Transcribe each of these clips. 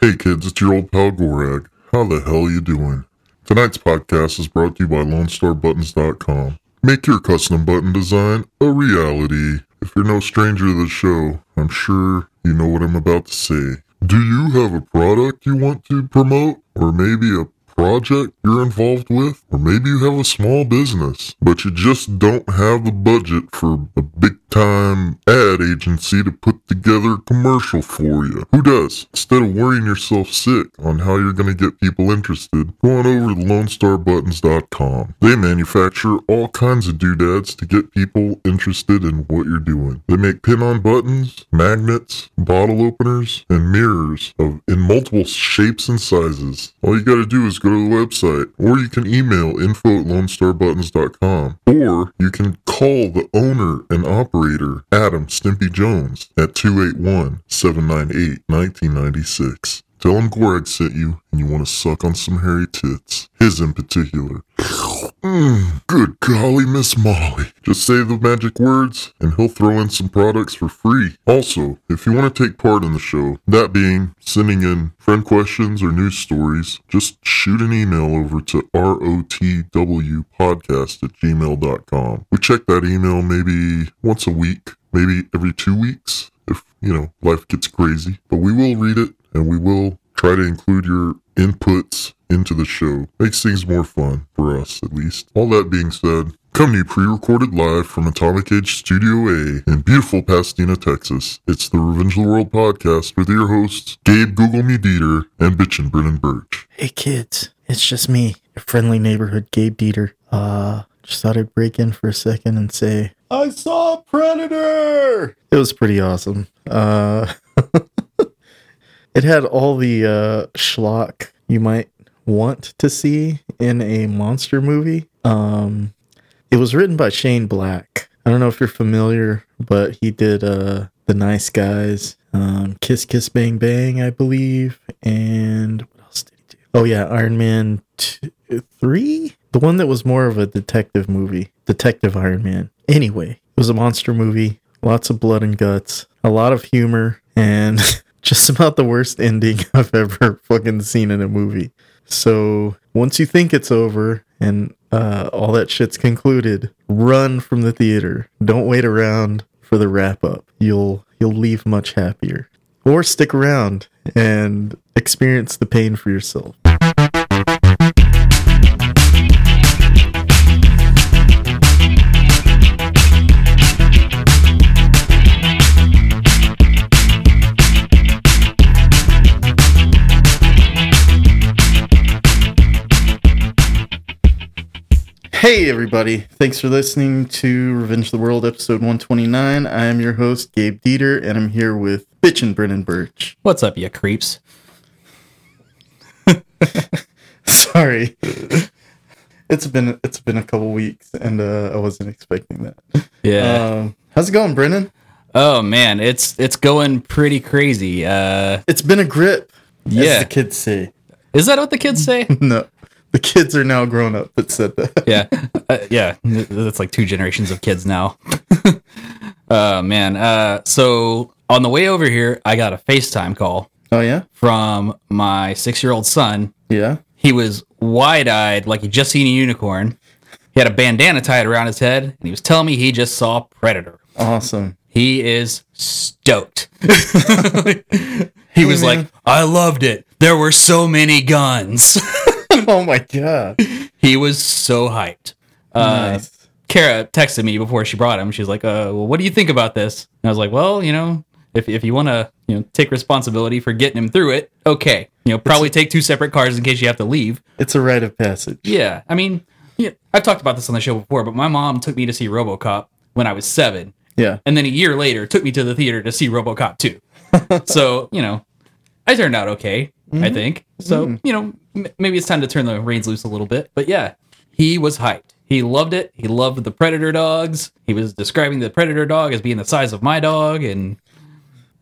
Hey kids, it's your old pal Gorag. How the hell you doing? Tonight's podcast is brought to you by LoneStarButtons.com. Make your custom button design a reality. If you're no stranger to the show, I'm sure you know what I'm about to say. Do you have a product you want to promote? Or maybe a project you're involved with? Or maybe you have a small business, but you just don't have the budget for a big time ad agency to put together a commercial for you. Who does? Instead of worrying yourself sick on how you're going to get people interested, go on over to LoneStarButtons.com. They manufacture all kinds of doodads to get people interested in what you're doing. They make pin on buttons, magnets, bottle openers, and mirrors of in multiple shapes and sizes. All you got to do is go to the website, or you can email info at lonestarbuttons.com, or you can call the owner and operator, Adam Stimpy Jones, at 281 798 1996. Tell him Gorag sent you and you want to suck on some hairy tits. His in particular. Mm, good golly, Miss Molly. Just say the magic words and he'll throw in some products for free. Also, if you want to take part in the show, that being sending in friend questions or news stories, just shoot an email over to rotwpodcast at gmail.com. We check that email maybe once a week, maybe every two weeks if, you know, life gets crazy. But we will read it and we will try to include your inputs into the show. Makes things more fun, for us at least. All that being said, coming to you pre recorded live from Atomic Age Studio A in beautiful Pasadena, Texas. It's the Revenge of the World podcast with your hosts, Gabe Google Me Dieter and Bitchin' Brennan Birch. Hey kids, it's just me, your friendly neighborhood Gabe Dieter. Uh, just thought I'd break in for a second and say I saw a predator. it was pretty awesome. Uh, it had all the uh, schlock you might want to see in a monster movie. Um, it was written by Shane Black. I don't know if you're familiar, but he did uh, The Nice Guys, um, Kiss Kiss Bang Bang, I believe, and what else did he do? Oh yeah, Iron Man two, three, the one that was more of a detective movie, Detective Iron Man. Anyway, it was a monster movie, lots of blood and guts, a lot of humor, and just about the worst ending I've ever fucking seen in a movie. So once you think it's over and uh, all that shit's concluded, run from the theater. Don't wait around for the wrap up. You'll you'll leave much happier, or stick around and experience the pain for yourself. Hey everybody! Thanks for listening to Revenge of the World, episode 129. I am your host Gabe Dieter, and I'm here with Bitch and Brennan Birch. What's up, you creeps? Sorry, it's been it's been a couple weeks, and uh, I wasn't expecting that. Um, how's it going, Brennan? Uh, oh man, it's it's going pretty crazy. Uh, It's been a grip. as Yeah. the kids say. is that what the kids say? No, the kids are now grown up that said that. yeah, uh, yeah. That's like two generations of kids now. oh man. Uh, so on the way over here, I got a FaceTime call Oh yeah, from my six-year-old son. yeah. He was wide-eyed, like he'd just seen a unicorn. He had a bandana tied around his head, and he was telling me he just saw Predator. Awesome. He is stoked. he man. was like, I loved it. There were so many guns. oh my god. he was so hyped. Uh, Nice. Kara texted me before she brought him. She's like, uh, well, what do you think about this? And I was like, well, you know, if, if you want to, you know, take responsibility for getting him through it, okay. You know, probably take two separate cars in case you have to leave. It's a rite of passage. Yeah, I mean, yeah, I've talked about this on the show before, but my mom took me to see RoboCop when I was seven, Yeah. and then a year later took me to the theater to see RoboCop 2. so, you know, I turned out okay, I think. So, you know, m- maybe it's time to turn the reins loose a little bit. But yeah, he was hyped. He loved it. He loved the predator dogs. He was describing the predator dog as being the size of my dog and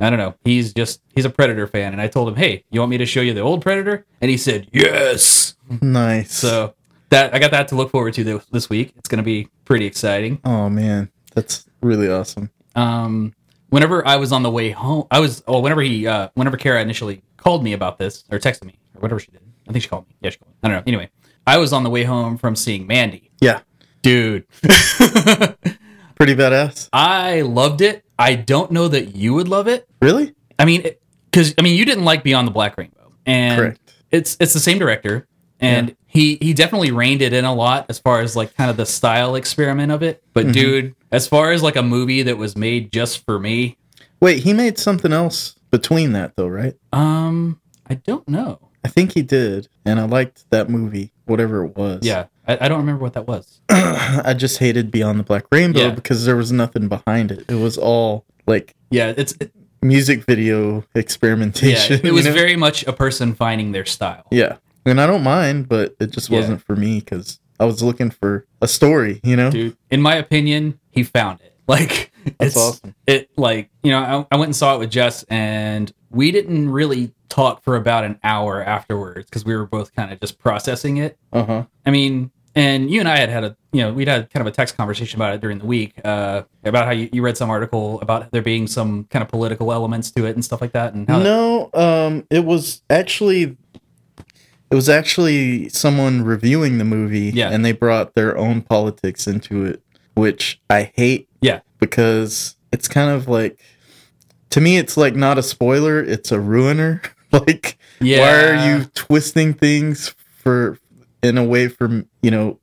I don't know. He's just he's a predator fan and I told him, "Hey, you want me to show you the old predator?" And he said, "Yes." Nice. So, that I got that to look forward to th- this week. It's going to be pretty exciting. Oh man, that's really awesome. um whenever i was on the way home i was oh whenever he uh whenever kara initially called me about this or texted me or whatever she did. I think she called me. Yeah, she called me. I don't know. Anyway, I was on the way home from seeing Mandy. Yeah. Dude, Pretty badass. I loved it. I don't know that you would love it. Really? I mean, because I mean, you didn't like Beyond the Black Rainbow, and Correct. it's it's the same director, and he he definitely reined it in a lot as far as like kind of the style experiment of it. But dude, as far as like a movie that was made just for me, Wait, he made something else between that though, right? um, I don't know. I think he did, and I liked that movie, whatever it was. Yeah, I, I don't remember what that was. I just hated Beyond the Black Rainbow Yeah. because there was nothing behind it. It was all like Yeah, it's it- music video yeah, experimentation. it was you know? very much a person finding their style. yeah, and I don't mind, but it just Yeah. wasn't for me because I was looking for a story. You know, dude in my opinion he found it like That's it's awesome. it like you know I, I went and saw it with jess and we didn't really talk for about an hour afterwards because we were both kind of just processing it uh huh. i mean and you and i had had a you know we'd had kind of a text conversation about it during the week uh about how you, you read some article about there being some kind of political elements to it and stuff like that and how that- No, um, it was actually it was actually someone reviewing the movie, Yeah. and they brought their own politics into it, which I hate. Yeah. because it's kind of like to me, it's like not a spoiler; it's a ruiner. like, yeah why are you twisting things for in a way from you know?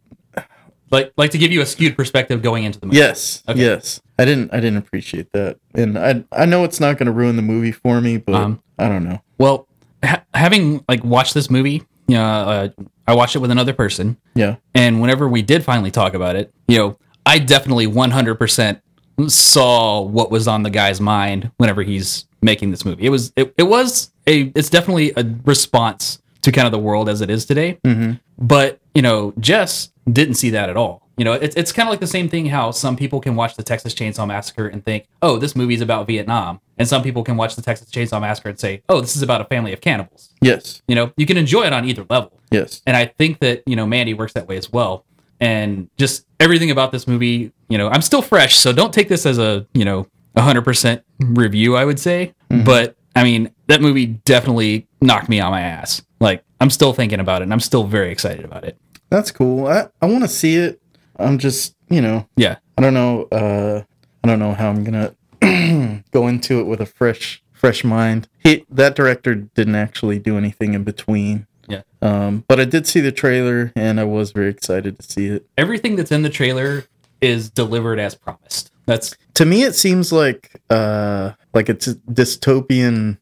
like like to give you a skewed perspective going into the movie Yes, Okay. yes. I didn't, I didn't appreciate that, and I, I know it's not going to ruin the movie for me, but Um, I don't know. well ha- having like watched this movie you know, uh, i watched it with another person Yeah, And whenever we did finally talk about it, you know, I definitely 100% saw what was on the guy's mind whenever he's making this movie. It was it, it was a it's definitely a response to kind of the world as it is today. hmm But, you know, Jess didn't see that at all. You know, it's it's kind of like the same thing how some people can watch the Texas Chainsaw Massacre and think, "Oh, this movie's about Vietnam." And some people can watch the Texas Chainsaw Massacre and say, "Oh, this is about a family of cannibals." yes, You know, you can enjoy it on either level. yes. And I think that, you know, Mandy works that way as well. And just everything about this movie, you know, I'm still fresh, so don't take this as a, you know, 100% review, I would say. But I mean, that movie definitely knocked me on my ass. Like, I'm still thinking about it and I'm still very excited about it. That's cool. I, I want to see it. I'm just, you know, Yeah. I don't know. Uh, I don't know how I'm gonna go into it with a fresh, fresh mind. He that director didn't actually do anything in between. Yeah. Um, but I did see the trailer, and I was very excited to see it. Everything that's in the trailer is delivered as promised. That's To me, it seems like uh, like it's a dystopian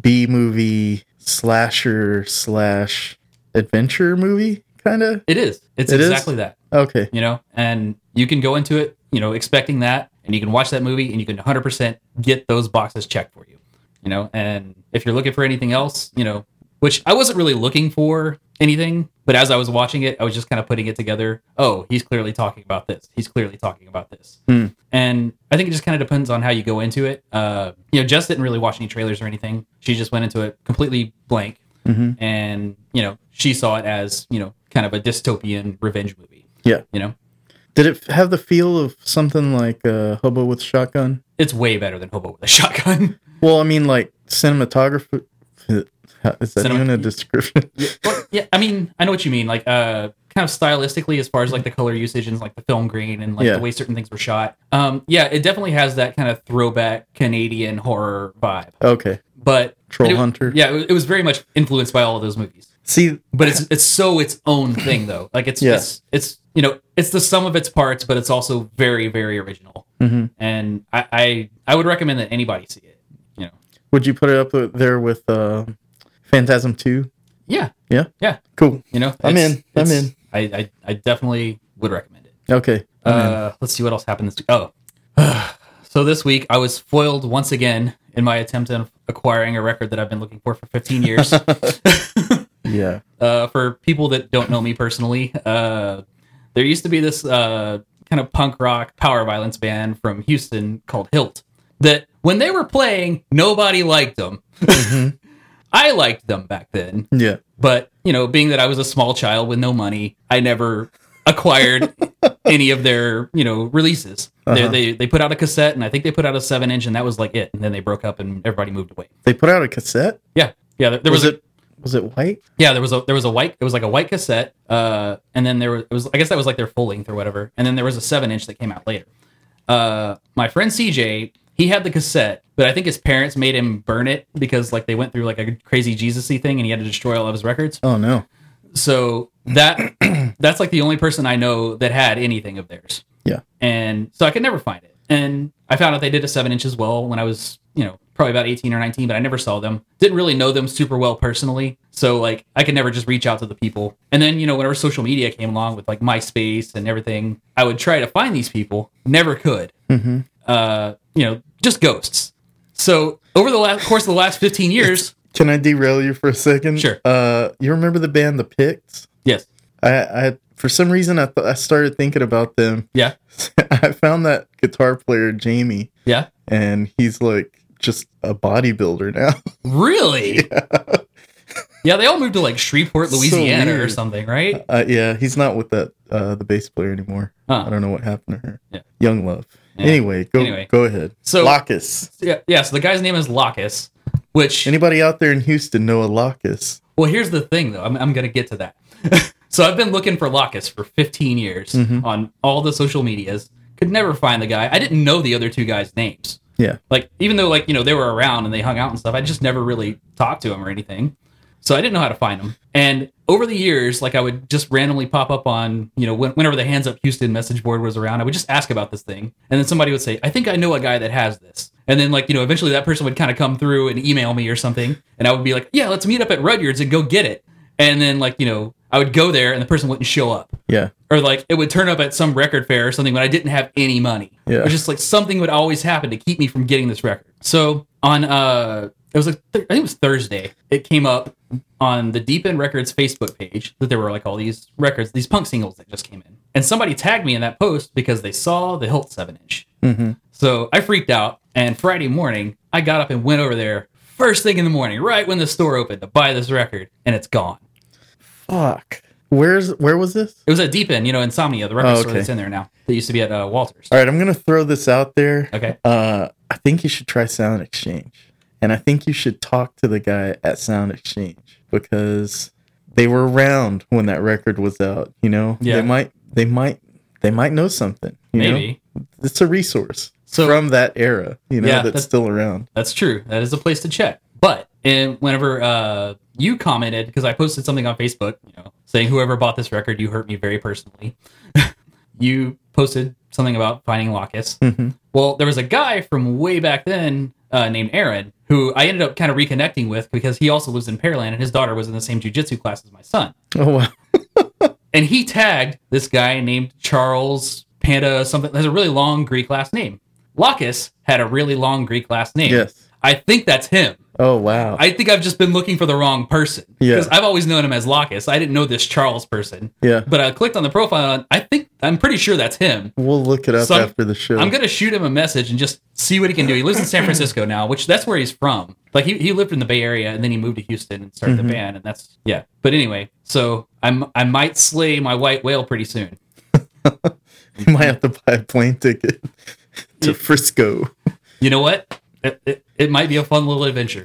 B movie slasher slash adventure movie, kind of. it is. It's It is? exactly that, Okay. you know? And you can go into it, you know, expecting that and you can watch that movie and you can 100% get those boxes checked for you. you know and if you're looking for anything else you know which i wasn't really looking for anything but as i was watching it i was just kind of putting it together oh he's clearly talking about this he's clearly talking about this Hmm. and i think it just kind of depends on how you go into it uh, you know jess didn't really watch any trailers or anything she just went into it completely blank Mhm. and you know she saw it as you know kind of a dystopian revenge movie Yeah. you know Did it have the feel of something like uh, Hobo with Shotgun? it's way better than hobo with a shotgun Well, I mean, like cinematography. Is that Cinema- even a description? yeah, but- yeah, I mean, I know what you mean. Like, uh, kind of stylistically, as far as like the color usage and like the film green and like Yeah. the way certain things were shot. Um, yeah, it definitely has that kind of throwback Canadian horror vibe. okay, But Troll it- Hunter. yeah, it was- it was very much influenced by all of those movies. See, But it's it's so its own thing though. Like it's Yeah. it's, it's you know it's the sum of its parts, but it's also very very original. mhm. And I I, I would recommend that anybody see it. You know, would you put it up with- there with uh, Phantasm Two? yeah, Cool. you know, I'm it's- in. I'm it's- in. I, I I definitely would recommend it. Okay. I'm in. Uh, let's see what else happened this week. Oh, so this week I was foiled once again in my attempt at acquiring a record that I've been looking for for 15 years. yeah. uh, for people that don't know me personally, uh, there used to be this uh, kind of punk rock power violence band from Houston called Hilt that when they were playing, nobody liked them. Mhm. I liked them back then, Yeah. but you know, being that I was a small child with no money, I never acquired any of their you know releases. They Uh-huh. They they put out a cassette, and I think they put out a seven inch, and that was like it. And then they broke up, and everybody moved away. They put out a cassette. Yeah, Yeah, there, there was, was, a, it was it white? yeah, there was a there was a white it was like a white cassette, uh, and then there was it was I guess that was like their full length or whatever, and then there was a seven inch that came out later. Uh, my friend CJ, he had the cassette, but I think his parents made him burn it because like they went through like a crazy Jesus-y thing, and he had to destroy all of his records. Oh no. so that that's like the only person I know that had anything of theirs. Yeah. And so I could never find it. And I found out they did a seven inch as well when I was, you know, probably about 18 or 19, but I never saw them. Didn't really know them super well personally. So like I could never just reach out to the people. And then, you know, whenever social media came along with like MySpace and everything, I would try to find these people, never could. Mhm. Uh, you know, just ghosts. So over the last course of the last 15 years, Can I derail you for a second? Sure. Uh, you remember the band The Picts? yes. I, I for some reason I th- I started thinking about them. Yeah. I found that guitar player Jamie, Yeah. and he's like just a bodybuilder now. Really? Yeah. they all moved to like Shreveport, So Louisiana or weird. something, right? Uh, yeah, he's not with that uh, the bass player anymore. I Huh. don't know what happened to her. Yeah. Young Love. Yeah. Anyway, go Anyway. go ahead. So- Locus. Yeah, yeah, so the guy's name is Locus, which Anybody out there in Houston know a Locus? well, here's the thing though. I'm I'm going to get to that. so I've been looking for Locus for 15 years Mhm. on all the social medias. Could never find the guy. I didn't know the other two guys' names. Yeah. Like even though like, you know, they were around and they hung out and stuff, I just never really talked to him or anything. So I didn't know how to find them. And over the years, like I would just randomly pop up on, you know, when, whenever the Hands Up Houston message board was around, I would just ask about this thing. And then somebody would say, I think I know a guy that has this. And then, like, you know, eventually that person would kind of come through and email me or something. And I would be like, yeah, let's meet up at Rudyard's and go get it. And then, like, you know, I would go there and the person wouldn't show up. Yeah. Or like it would turn up at some record fair or something when I didn't have any money. Yeah. It was just like something would always happen to keep me from getting this record. So on uh it was like th- I think it was Thursday. It came up on the Deep End Records Facebook page that there were like all these records, these punk singles that just came in. And somebody tagged me in that post because they saw the Hilt 7 inch. Mm-hmm. So I freaked out. And Friday morning, I got up and went over there first thing in the morning, right when the store opened to buy this record. And it's gone. Fuck. Where's where was this? It was at Deep End, you know, Insomnia, the record Oh, store okay. that's in there now. That used to be at uh, Walters. All right, I'm gonna throw this out there. Okay. Uh, I think you should try Sound Exchange, and I think you should talk to the guy at Sound Exchange because they were around when that record was out. You know, Yeah. they might, they might, they might know something. You Maybe. know, it's a resource So- from that era. You know, Yeah, that's that's- still around. That's true. That is a place to check. But and whenever uh, you commented, because I posted something on Facebook, you know, saying whoever bought this record, you hurt me very personally. you posted something about finding Locus. Mhm. Well, there was a guy from way back then uh, named Aaron who I ended up kind of reconnecting with because he also lives in Pearland and his daughter was in the same jujitsu class as my son. Oh wow. And he tagged this guy named Charles Panda something. Has a really long Greek last name. Locus had a really long Greek last name. Yes. I think that's him. Oh wow. I think I've just been looking for the wrong person. Yeah. Because I've always known him as Locus. I didn't know this Charles person. yeah. But I clicked on the profile and I think I'm pretty sure that's him. We'll look it up So I'm- after the show. I'm gonna shoot him a message and just see what he can do. He lives in San Francisco now, which that's where he's from. Like he, he lived in the Bay Area and then he moved to Houston and started Mhm. the band and that's yeah. But anyway, so I'm I might slay my white whale pretty soon. you might have to buy a plane ticket to Yeah. Frisco. You know what? It, it, it might be a fun little adventure.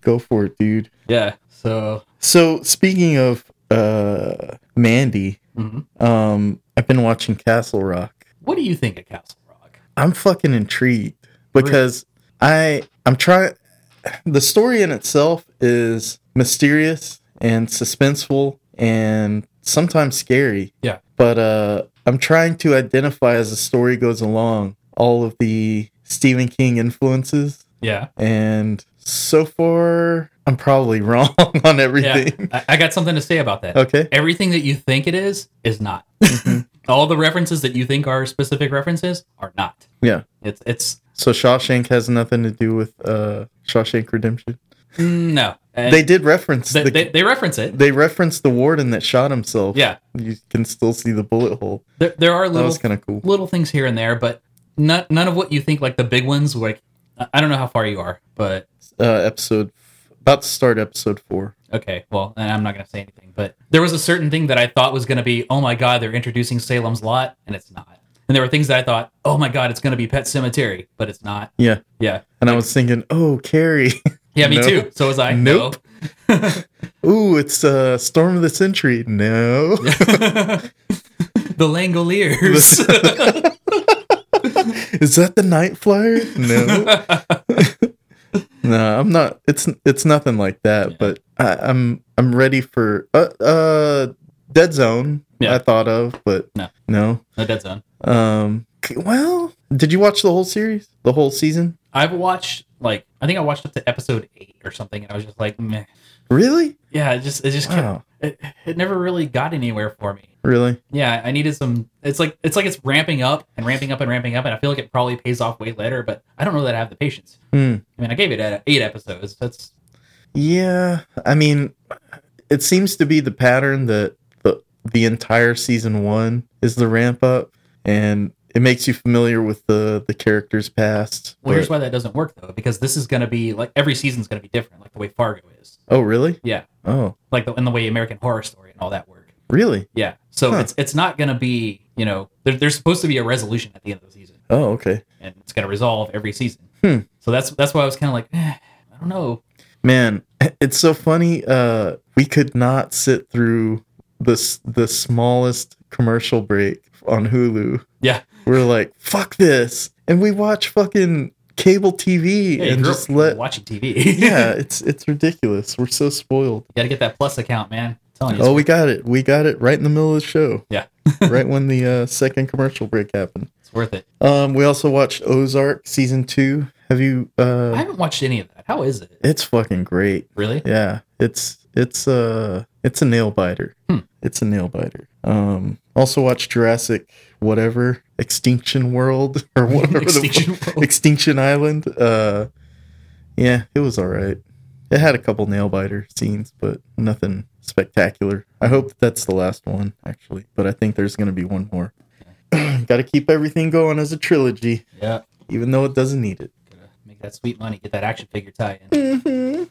Go for it, dude. yeah. So So speaking of uh Mandy, mhm. um I've been watching Castle Rock. what do you think of Castle Rock? I'm fucking intrigued because I I'm trying the story in itself is mysterious and suspenseful and sometimes scary. Yeah. But uh I'm trying to identify as the story goes along all of the Stephen King influences Yeah. and so far I'm probably wrong on Yeah. everything. I, I got something to say about that. Okay. Mm-hmm. everything that you think it is is not. All the references that you think are specific references are not. Yeah. It's it's So Shawshank has nothing to do with uh Shawshank Redemption. mm, no. And they did reference they, the, they, they, they reference it. referenced the warden that shot himself. yeah. You can still see the bullet hole. There, there are That little was kind of cool. little things here and there, but none none of what you think like the big ones. Like I- I don't know how far you are, but Uh episode about to start episode 4. okay. Well, and I'm not gonna say anything, but there was a certain thing that I thought was gonna be, oh my god, they're introducing Salem's Lot, and it's not. And there were things that I thought, oh my god, it's gonna be Pet Cemetery, but it's not. Yeah. Yeah. And I was thinking, "Oh, Carrie." Yeah, me No. too. So was I. Nope. Ooh, it's uh, Storm of the Century. No. The Langoliers. Is that the Night Flyer? No. no, I'm not. It's it's nothing like that. But I, I'm I'm ready for uh, uh Dead Zone. Yeah. I thought of, but No. no. no, Dead Zone. Um. c- Well, did you watch the whole series? The whole season? I've watched like I think I watched up to episode eight or something, and I was just like, meh. Really? Yeah, it just it just kept, Wow. it, it never really got anywhere for me. Really? Yeah, I needed some. It's like it's like it's ramping up and ramping up and ramping up, and I feel like it probably pays off way later. But I don't know that I have the patience. Hmm. I mean, I gave it a- eight episodes. That's Yeah, I mean, it seems to be the pattern that the the entire season one is the ramp up, and it makes you familiar with the the characters' past. well, here's but- why that doesn't work though, because this is gonna be like every season's gonna be different, like the way Fargo is, oh, really? Yeah. Oh, like the, and the way American Horror Story and all that work. really? Yeah, so Huh. it's it's not gonna be you know there, there's supposed to be a resolution at the end of the season. Oh, okay. and it's going to resolve every season. Hmm. So that's that's why I was kind of like, eh, I don't know. Man, it's so funny. Uh, we could not sit through this the smallest commercial break on Hulu. Yeah. We're like, fuck this, and we watch fucking cable TV Yeah, you and grew just up let. watching TV. yeah, it's it's ridiculous. We're so spoiled. got to get that plus account, man. I'm telling you. Oh, we got it. We got it right in the middle of the show. Yeah. right when the uh, second commercial break happened. it's worth it. Um, we also watched Ozark season two. Have you? I Uh, haven't watched any of that. How is it? it's fucking great. Really? Yeah, it's it's uh it's a nail biter. Hmm. It's a nail biter. Um, also watched Jurassic whatever Extinction World or whatever Extinction the, World. Extinction Island. Uh, yeah, it was all right. It had a couple nail biter scenes, but nothing spectacular. I hope that's the last one actually, but I think there's gonna be one more. Got to keep everything going as a trilogy, Yeah. even though it doesn't need it. Gotta make that sweet money. Get that action figure tie Hmm. in.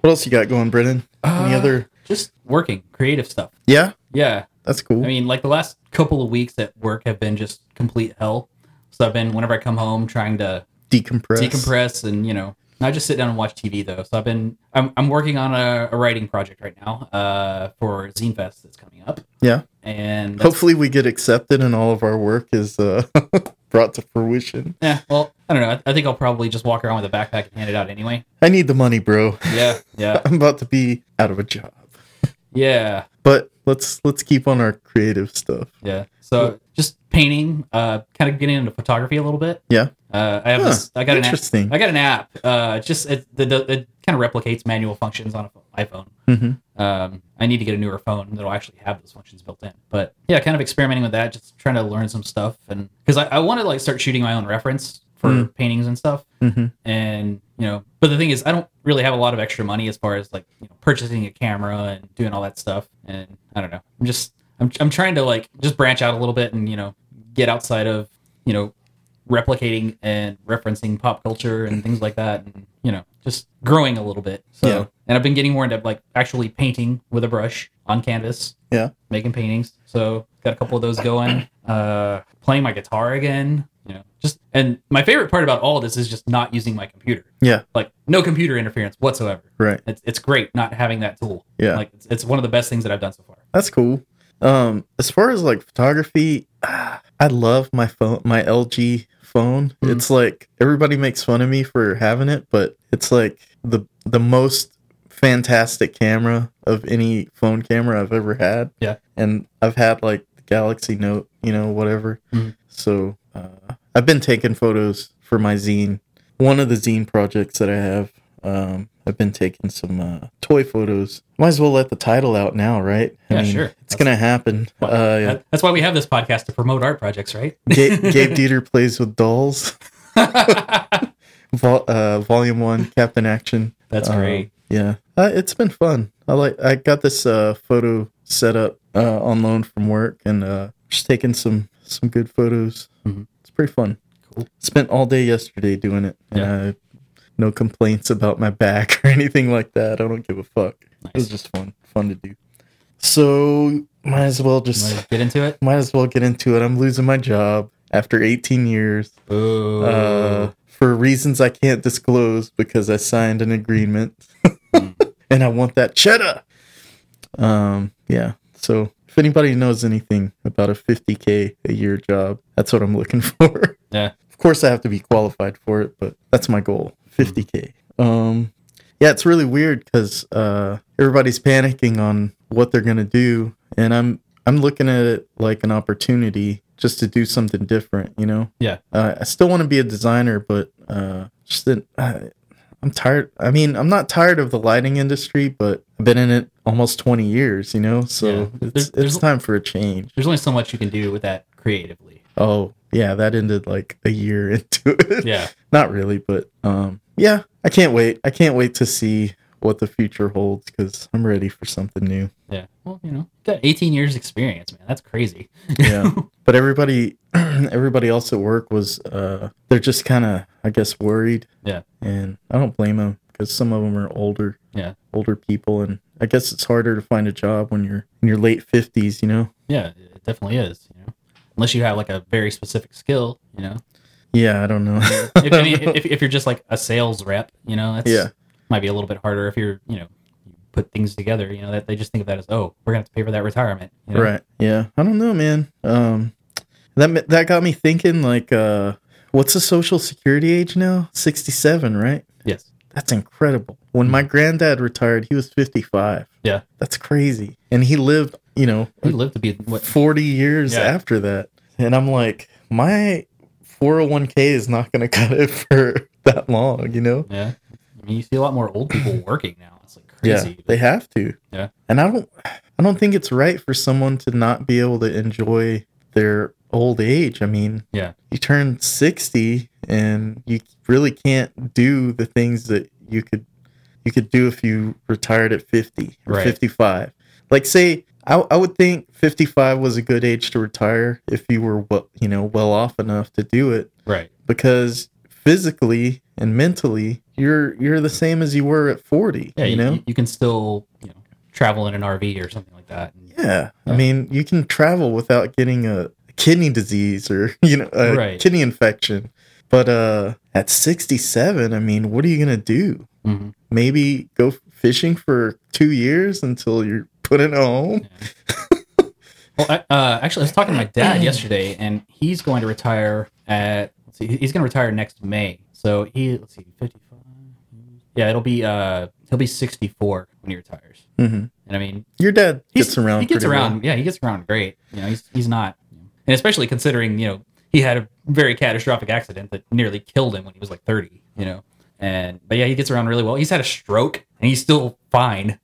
What else you got going, Brennan? Any Uh, other? Just working, creative stuff. Yeah, Yeah. that's cool. I mean, like the last couple of weeks at work have been just complete hell. So I've been whenever I come home trying to decompress. decompress and you know not just sit down and watch tv though so i've been i'm, I'm working on a, a writing project right now uh for zine fest that's coming up Yeah. and that's- Hopefully, we get accepted and all of our work is uh, brought to fruition. yeah well i don't know I, I think i'll probably just walk around with a backpack and hand it out anyway I need the money, bro. yeah yeah I'm about to be out of a job. yeah But let's let's keep on our creative stuff. yeah so just painting uh kind of getting into photography a little bit Yeah. uh i have Huh, this i got an app Interesting. i got an app uh just it, the, the, it kind of replicates manual functions on an iphone Mhm. um, I need to get a newer phone that'll actually have those functions built in. But yeah, kind of experimenting with that, just trying to learn some stuff, and because I, I want to like start shooting my own reference for Mm. paintings and stuff. Mhm. And you know, but the thing is, I don't really have a lot of extra money as far as like you know, purchasing a camera and doing all that stuff. And I don't know, I'm just I'm I'm trying to like just branch out a little bit and you know get outside of you know replicating and referencing pop culture and things like that and you know just growing a little bit so Yeah. and i've been getting more into like actually painting with a brush on canvas Yeah. making paintings so got a couple of those going uh playing my guitar again you know just and my favorite part about all this is just not using my computer Yeah. like no computer interference whatsoever Right. it's, it's great not having that tool Yeah. like it's, it's one of the best things that i've done so far That's cool. Um, as far as like photography, ah, I love my phone, my LG phone. Mhm. It's like everybody makes fun of me for having it, but it's like the the most fantastic camera of any phone camera I've ever had. Yeah. and I've had like the Galaxy Note, you know, whatever. Mhm. So uh, I've been taking photos for my zine. One of the zine projects that I have. Um, I've been taking some uh, toy photos. Might as well let the title out now, right? Yeah, sure. It's gonna happen. Well, uh, yeah. That- that's why we have this podcast to promote art projects right Ga- Gabe Dieter plays with dolls. Vol- uh, volume one, Captain Action. That's great. Um, yeah, uh, it's been fun. I like. I got this uh, photo set up uh, on loan from work, and uh, just taking some some good photos. Mhm. It's pretty fun. Cool. Spent all day yesterday doing it, and Yeah. I, no complaints about my back or anything like that. I don't give a fuck. It was Nice. just fun, fun to do. So might as well just Wanna get into it. might as well get into it. I'm losing my job after 18 years. Ooh. Uh, for reasons I can't disclose because I signed an agreement and I want that cheddar. Um, yeah. So if anybody knows anything about a 50k a year job, that's what I'm looking for. Yeah. Of course I have to be qualified for it, but that's my goal. 50k. Um yeah, it's really weird cuz uh everybody's panicking on what they're going to do and I'm I'm looking at it like an opportunity just to do something different, you know? Yeah. Uh, I still want to be a designer, but uh, just that uh, I'm tired. I mean, I'm not tired of the lighting industry, but I've been in it almost 20 years, you know? Yeah. So There's- it's, there's- it's time for a change. There's only so much you can do with that creatively. Oh, yeah, that ended like a year into it. Yeah. Not really, but um, yeah, I can't wait. I can't wait to see what the future holds because I'm ready for something new. Yeah. Well, you know, you got 18 years experience, man. That's crazy. Yeah. but everybody everybody else at work was uh they're just kind of i guess worried Yeah. and i don't blame them because some of them are older Yeah. older people and i guess it's harder to find a job when you're in your late 50s you know Yeah, it definitely is. You know, unless you have like a very specific skill. You know, yeah i don't know if, I mean, if, if you're just like a sales rep, you know, that's Yeah. might be a little bit harder. If you're, you know, you put things together, you know, that they just think of that as, oh, we're gonna have to pay for that retirement. You know? right yeah i don't know man um that ma- that got me thinking like uh what's the social security age now 67 right Yes. That's incredible. When my granddad retired, he was 55. Hmm. Yeah. That's crazy. And he lived, you know, We live to be what? 40 years Yeah. after that. And I'm like, my 401k is not going to cut it for that long, you know? Yeah. I mean, you see a lot more old people working now. It's like Yeah. crazy. They have to. Yeah. And I don't I don't think it's right for someone to not be able to enjoy their old age. I mean, Yeah. You turn 60 and you really can't do the things that you could you could do if you retired at 50 or Right. 55. Like say I, I would think 55 was a good age to retire if you were well, you know, well off enough to do it Right. because physically and mentally you're you're the same as you were at 40, Yeah. you know? you, can still you know travel in an RV or something like that. And, Yeah. Yeah. I mean, you can travel without getting a kidney disease or, you know, a Right. kidney infection. But uh at 67, I mean, what are you going to do? Mhm. Maybe go fishing for 2 years until you're put in a home? Well, I, uh, actually, I was talking to my dad yesterday, and he's going to retire at. Let's see, he's going to retire next May. So he let's see, fifty-five. Yeah, it'll be. Uh, he'll be sixty-four when he retires. hmm And I mean, Your dad he's- gets around Mm-hmm. He gets pretty around. well. Yeah, he gets around great. You know, he's he's not, and especially considering you know he had a very catastrophic accident that nearly killed him when he was like thirty. You know, and but yeah, he gets around really well. He's had a stroke, and he's still fine.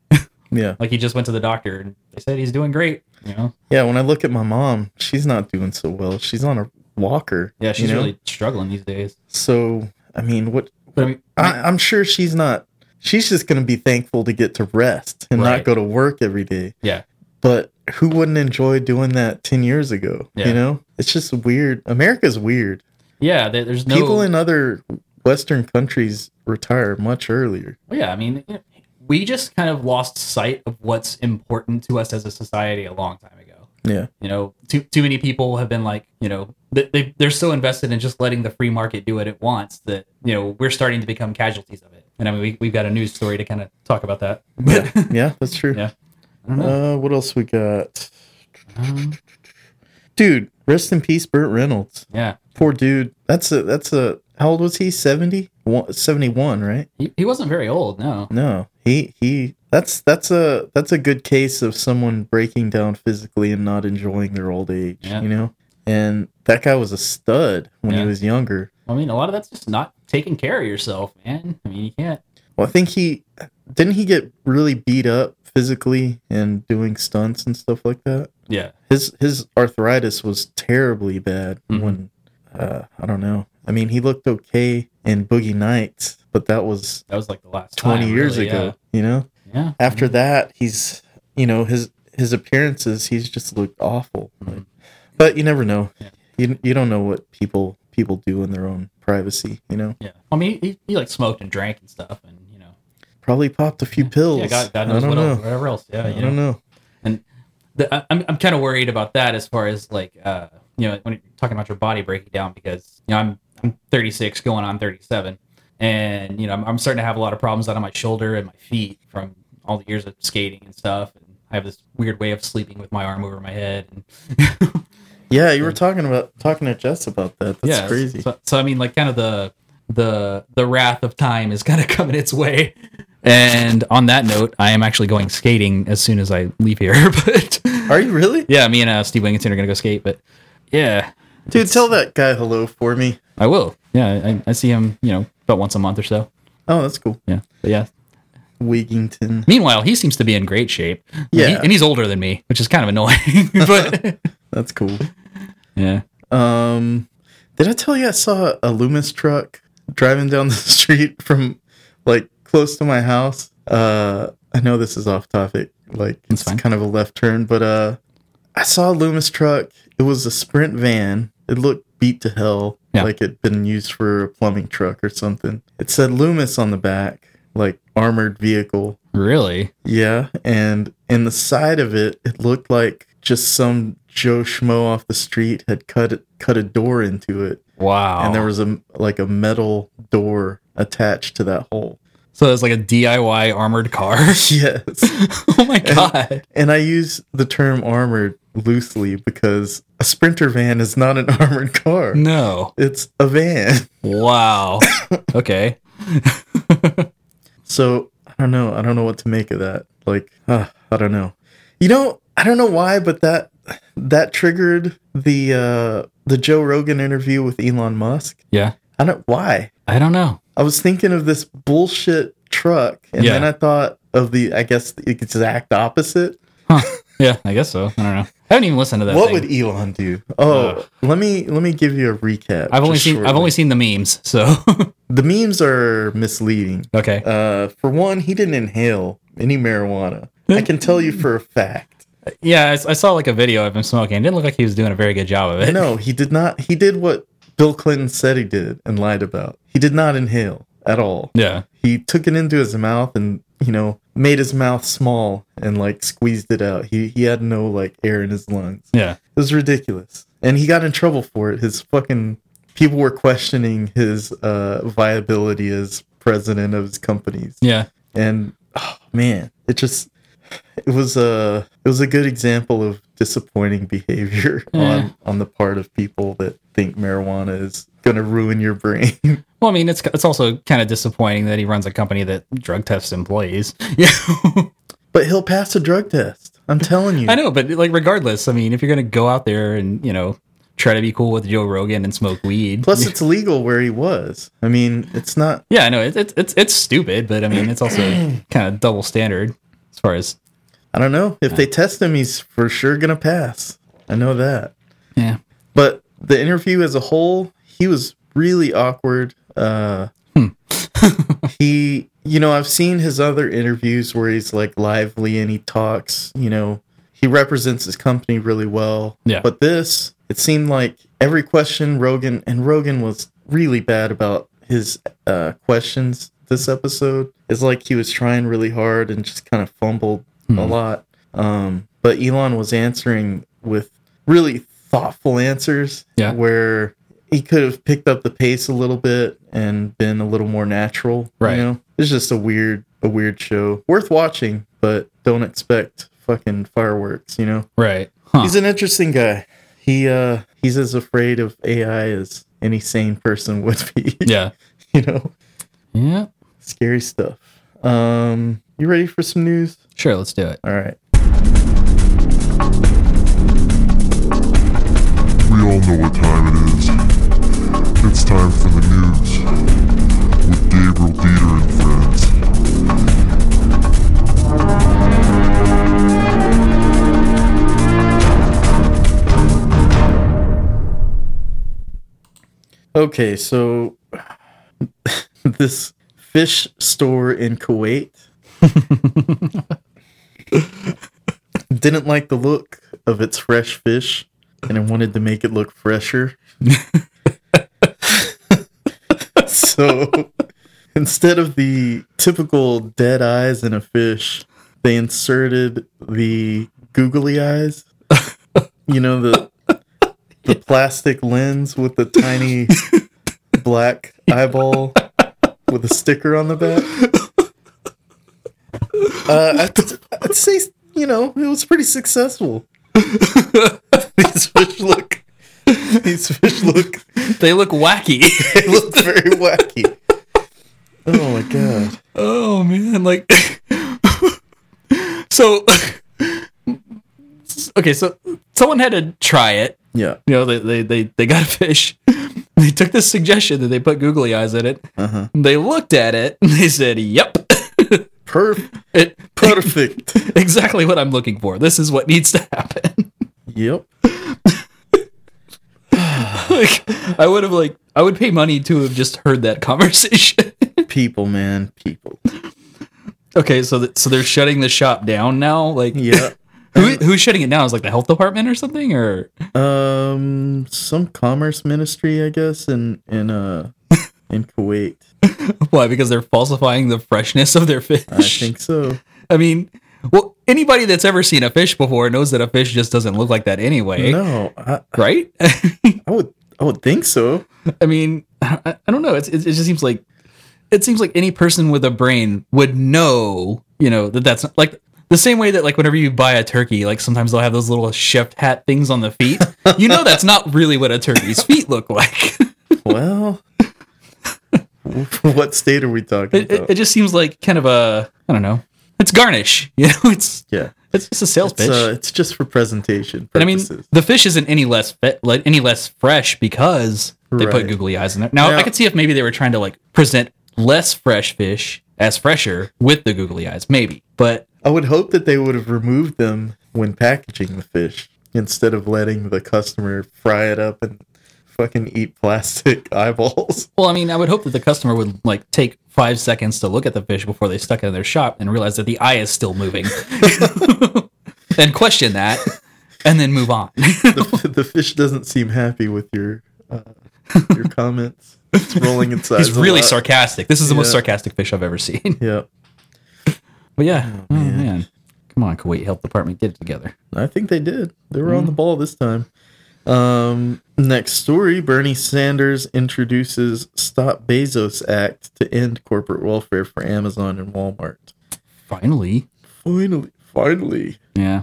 Yeah. Like he just went to the doctor, and they said he's doing great. You know. Yeah, when I look at my mom, she's not doing so well. She's on a walker. Yeah, you she's know? really struggling these days. So, I mean, what But I mean, I, I'm sure she's not. She's just going to be thankful to get to rest and Right. not go to work every day. Yeah. But who wouldn't enjoy doing that 10 years ago? Yeah. You know, it's just weird. America's weird. yeah, there, there's no People in other Western countries retire much earlier. Well, yeah, I mean, you know, we just kind of lost sight of what's important to us as a society a long time ago. Yeah. You know, too too many people have been like, you know, they, they they're so invested in just letting the free market do what it wants that you know we're starting to become casualties of it. And I mean, we we've got a news story to kind of talk about that. But Yeah, that's true. Yeah. I don't know. Uh, what else we got? Um, Dude, rest in peace, Burt Reynolds. yeah, Poor dude. That's a, that's a, how old was he? 70? One- 71, right? he, he wasn't very old. No. No, he he. That's that's a that's a good case of someone breaking down physically and not enjoying their old age. Yeah. You know, and that guy was a stud when Yeah. he was younger. I mean, a lot of that's just not taking care of yourself, man. I mean, you can't. Well, I think he didn't he get really beat up physically and doing stunts and stuff like that. Yeah. His his arthritis was terribly bad Mhm. when uh, I don't know. I mean, he looked okay in Boogie Nights, but that was That was like the last twenty time, years really, ago. You know. Yeah. yeah. after that he's you know his his appearances he's just looked awful like, but you never know Yeah. you, you don't know what people people do in their own privacy you know Yeah. I mean, he, he like smoked and drank and stuff, and you know, probably popped a few pills yeah, God, God i knows don't what know else, whatever else. Yeah, i uh, you know, don't know The, I, I'm I'm kind of worried about that as far as like uh, you know, when you're talking about your body breaking down, because you know, I'm I'm 36, going on 37, and you know, I'm, I'm starting to have a lot of problems out of my shoulder and my feet from all the years of skating and stuff. And I have this weird way of sleeping with my arm over my head. And Yeah, you were talking about talking to Jess about that. That's yeah, crazy. So, so I mean, like, kind of the the the wrath of time is kind of coming its way. And on that note, I am actually going skating as soon as I leave here. But Are you really? yeah, me and uh, Steve Wingington are gonna go skate. But yeah, Dude, tell that guy hello for me. I will. Yeah, I, I see him. You know, about once a month or so. Oh, that's cool. Yeah, but yeah. Wigington. Meanwhile, he seems to be in great shape. Yeah. He- and he's older than me, which is kind of annoying. but That's cool. yeah, Um did I tell you I saw a Loomis truck driving down the street from like close to my house? Uh I know this is off topic. Like it's That's fine. kind of a left turn, but uh I saw a Loomis truck. It was a Sprint van. It looked beat to hell, Yeah. like it'd been used for a plumbing truck or something. It said Loomis on the back, like armored vehicle. really. Yeah, and in the side of it, it looked like just some Joe schmo off the street had cut it, cut a door into it, Wow. and there was a like a metal door attached to that hole. so it's like a DIY armored car. Yes, oh my god. and I use the term armored loosely because a sprinter van is not an armored car; No. it's a van. Wow. okay. So I don't know. I don't know what to make of that. Like uh, I don't know. You know, I don't know why, but that that triggered the uh, the Joe Rogan interview with Elon Musk. Yeah. I don't why. I don't know. I was thinking of this bullshit truck, and Yeah. then I thought of the I guess the exact opposite. Yeah, I guess so. I don't know. I haven't even listened to that. what thing. would Elon do? Oh, Ugh. let me let me give you a recap. I've only just seen I've shortly. only seen the memes. So the memes are misleading. okay. Uh, for one, he didn't inhale any marijuana. I can tell you for a fact. Yeah, I, s- I saw like a video of him smoking. It didn't look like he was doing a very good job of it. no, he did not. He did what Bill Clinton said he did and lied about. He did not inhale at all. Yeah. He took it into his mouth and, you know, made his mouth small and like squeezed it out. He he had no like air in his lungs. Yeah. It was ridiculous. And he got in trouble for it. His fucking people were questioning his uh viability as president of his companies. Yeah. And oh man, it just it was a it was a good example of disappointing behavior Yeah. on on the part of people that think marijuana is going to ruin your brain. Well, I mean, it's it's also kind of disappointing that he runs a company that drug tests employees. Yeah. but he'll pass a drug test. I'm telling you. I know, but like regardless, I mean, if you're gonna go out there and you know try to be cool with Joe Rogan and smoke weed, Plus, it's legal where he was. I mean, it's not. yeah, I know it's it's it's it's stupid, but I mean, it's also kind of double standard as far as I don't know if they test him, he's for sure going to pass. I know that. yeah. But the interview as a whole, he was really awkward. Uh, Hmm. he, you know, I've seen his other interviews where he's like lively and he talks, you know, he represents his company really well. Yeah. But this, it seemed like every question Rogan, and Rogan was really bad about his uh, questions this episode. It's like he was trying really hard and just kind of fumbled Hmm. a lot. Um, but Elon was answering with really thoughtful answers Yeah. where he could have picked up the pace a little bit and been a little more natural. Right. You know? It's just a weird, a weird show. Worth watching, but don't expect fucking fireworks, you know? Right. Huh. He's an interesting guy. He uh he's as afraid of AI as any sane person would be. yeah. you know? Yeah. Scary stuff. Um you ready for some news? Sure. Let's do it. All right. We all know what time it is. It's time for the news with Gabriel Dieter and friends. Okay, so this fish store in Kuwait didn't like the look of its fresh fish and it wanted to make it look fresher. so instead of the typical dead eyes in a fish, they inserted the googly eyes. You know the the plastic lens with the tiny black eyeball with a sticker on the back. Uh, I'd, I'd say you know it was pretty successful. these fish look, these fish look, They look wacky. they look very wacky. Oh my god! Oh man, like so okay, so someone had to try it. Yeah. You know, they they they, they got a fish. They took this suggestion that they put googly eyes in it. Uh huh. They looked at it and they said, "Yep, Perf- it perfect. exactly what I'm looking for. This is what needs to happen." yep. like, I would have like I would pay money to have just heard that conversation. People, man. People. okay, so that so they're shutting the shop down now. Like, Yeah. who, who's shutting it down? Is like the health department or something, or Um, some commerce ministry, I guess, in in uh in Kuwait. Why? Because they're falsifying the freshness of their fish. I think so. I mean, well, anybody that's ever seen a fish before knows that a fish just doesn't look like that anyway, No, I, right? I would I would think so. I mean, I, I don't know. It's, it, it just seems like it seems like any person with a brain would know, you know, that that's not- like the same way that like whenever you buy a turkey, like sometimes they'll have those little chef hat things on the feet. You know, that's not really what a turkey's feet look like. Well, what state are we talking It, about? it, it just seems like kind of a I don't know. It's garnish, you know. It's yeah, it's just a sales it's pitch. uh, it's just for presentation But I mean, purposes. the fish isn't any less fe- like, any less fresh because they put Right. googly eyes in there. Now, Now- I could see if maybe they were trying to like present less fresh fish as fresher with the googly eyes, maybe. But I would hope that they would have removed them when packaging the fish instead of letting the customer fry it up and fucking eat plastic eyeballs. well, I mean, I would hope that the customer would like take five seconds to look at the fish before they stuck it in their shop and realize that the eye is still moving, and question that, and then move on. the, the fish doesn't seem happy with your uh, your comments. It's rolling inside. He's really sarcastic. This is the most Yeah. sarcastic fish I've ever seen. Yeah, But yeah, oh, man. man, come on, Kuwait Health Department, get it together. I think they did. They were on the ball this time. Um, next story: Bernie Sanders introduces Stop Bezos Act to end corporate welfare for Amazon and Walmart. Finally. Finally, finally. Yeah.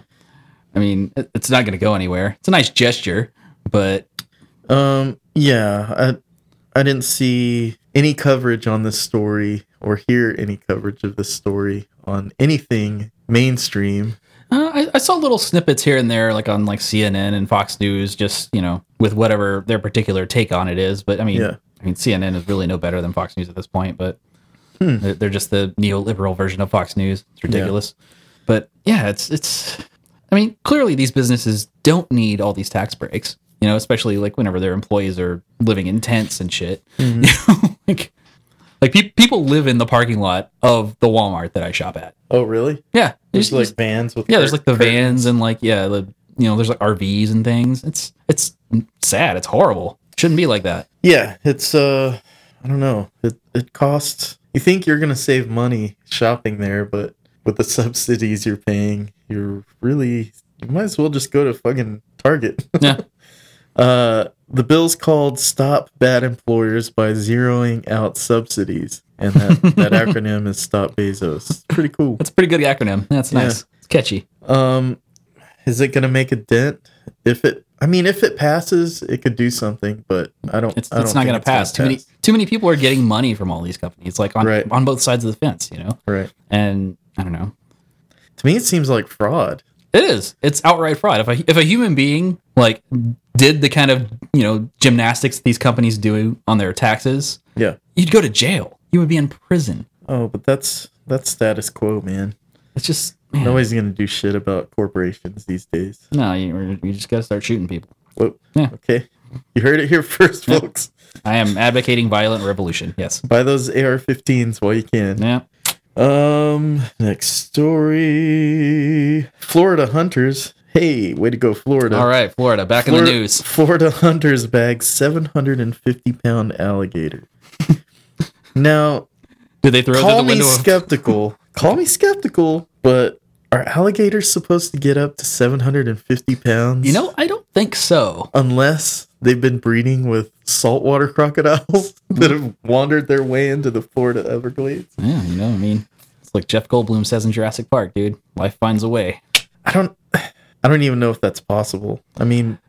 I mean, it- it's not going to go anywhere. It's a nice gesture, but Um, yeah, I I didn't see any coverage on this story or hear any coverage of this story on anything mainstream. uh, I, I saw little snippets here and there, like on like CNN and Fox News, just you know, with whatever their particular take on it is. But I mean, Yeah. I mean, CNN is really no better than Fox News at this point. But Hmm. they're, they're just the neoliberal version of Fox News. It's ridiculous. But yeah, it's it's. I mean, clearly these businesses don't need all these tax breaks. You know, especially like whenever their employees are living in tents and shit. You Mm-hmm. know, like like pe- people live in the parking lot of the Walmart that I shop at. Oh, really? Yeah, There's like vans with yeah, there's cur- like the curtains. vans and like yeah, the you know, there's like RVs and things. It's it's sad. It's horrible. Shouldn't be like that. Yeah, it's uh, I don't know. It it costs. You think you're gonna save money shopping there, but with the subsidies you're paying, you're really you might as well just go to fucking Target. Yeah. Uh, the bill's called "Stop Bad Employers by Zeroing Out Subsidies," and that that acronym is Stop Bezos. Pretty cool. That's a pretty good acronym. That's Yeah. nice. It's catchy. Um, is it gonna make a dent? If it, I mean, if it passes, it could do something, but I don't. It's I don't it's not think gonna pass. Too many too many people are getting money from all these companies, like on Right. on both sides of the fence, you know? Right. And I don't know. To me, it seems like fraud. It is. It's outright fraud. If a if a human being like did the kind of you know gymnastics these companies do on their taxes, Yeah. you'd go to jail. You would be in prison. Oh, but that's that's status quo, man. It's just man, Nobody's gonna do shit about corporations these days. no. You, you just got to start shooting people. Whoa. Yeah. Okay. You heard it here first, folks. I am advocating violent revolution. Yes. Buy those AR-15s while you can. Yeah. Um. Next story. Florida hunters. Hey, way to go, Florida. All right, Florida, back in Florida, the news. Florida hunters bag 750 pound alligator. now, Did they throw it through call the me window? Of, skeptical. call me skeptical, but Are alligators supposed to get up to 750 pounds? You know, I don't think so. unless they've been breeding with saltwater crocodiles that have wandered their way into the Florida Everglades. Yeah, you know, I mean, it's like Jeff Goldblum says in Jurassic Park, dude. Life finds a way. I don't I don't even know if that's possible. I mean,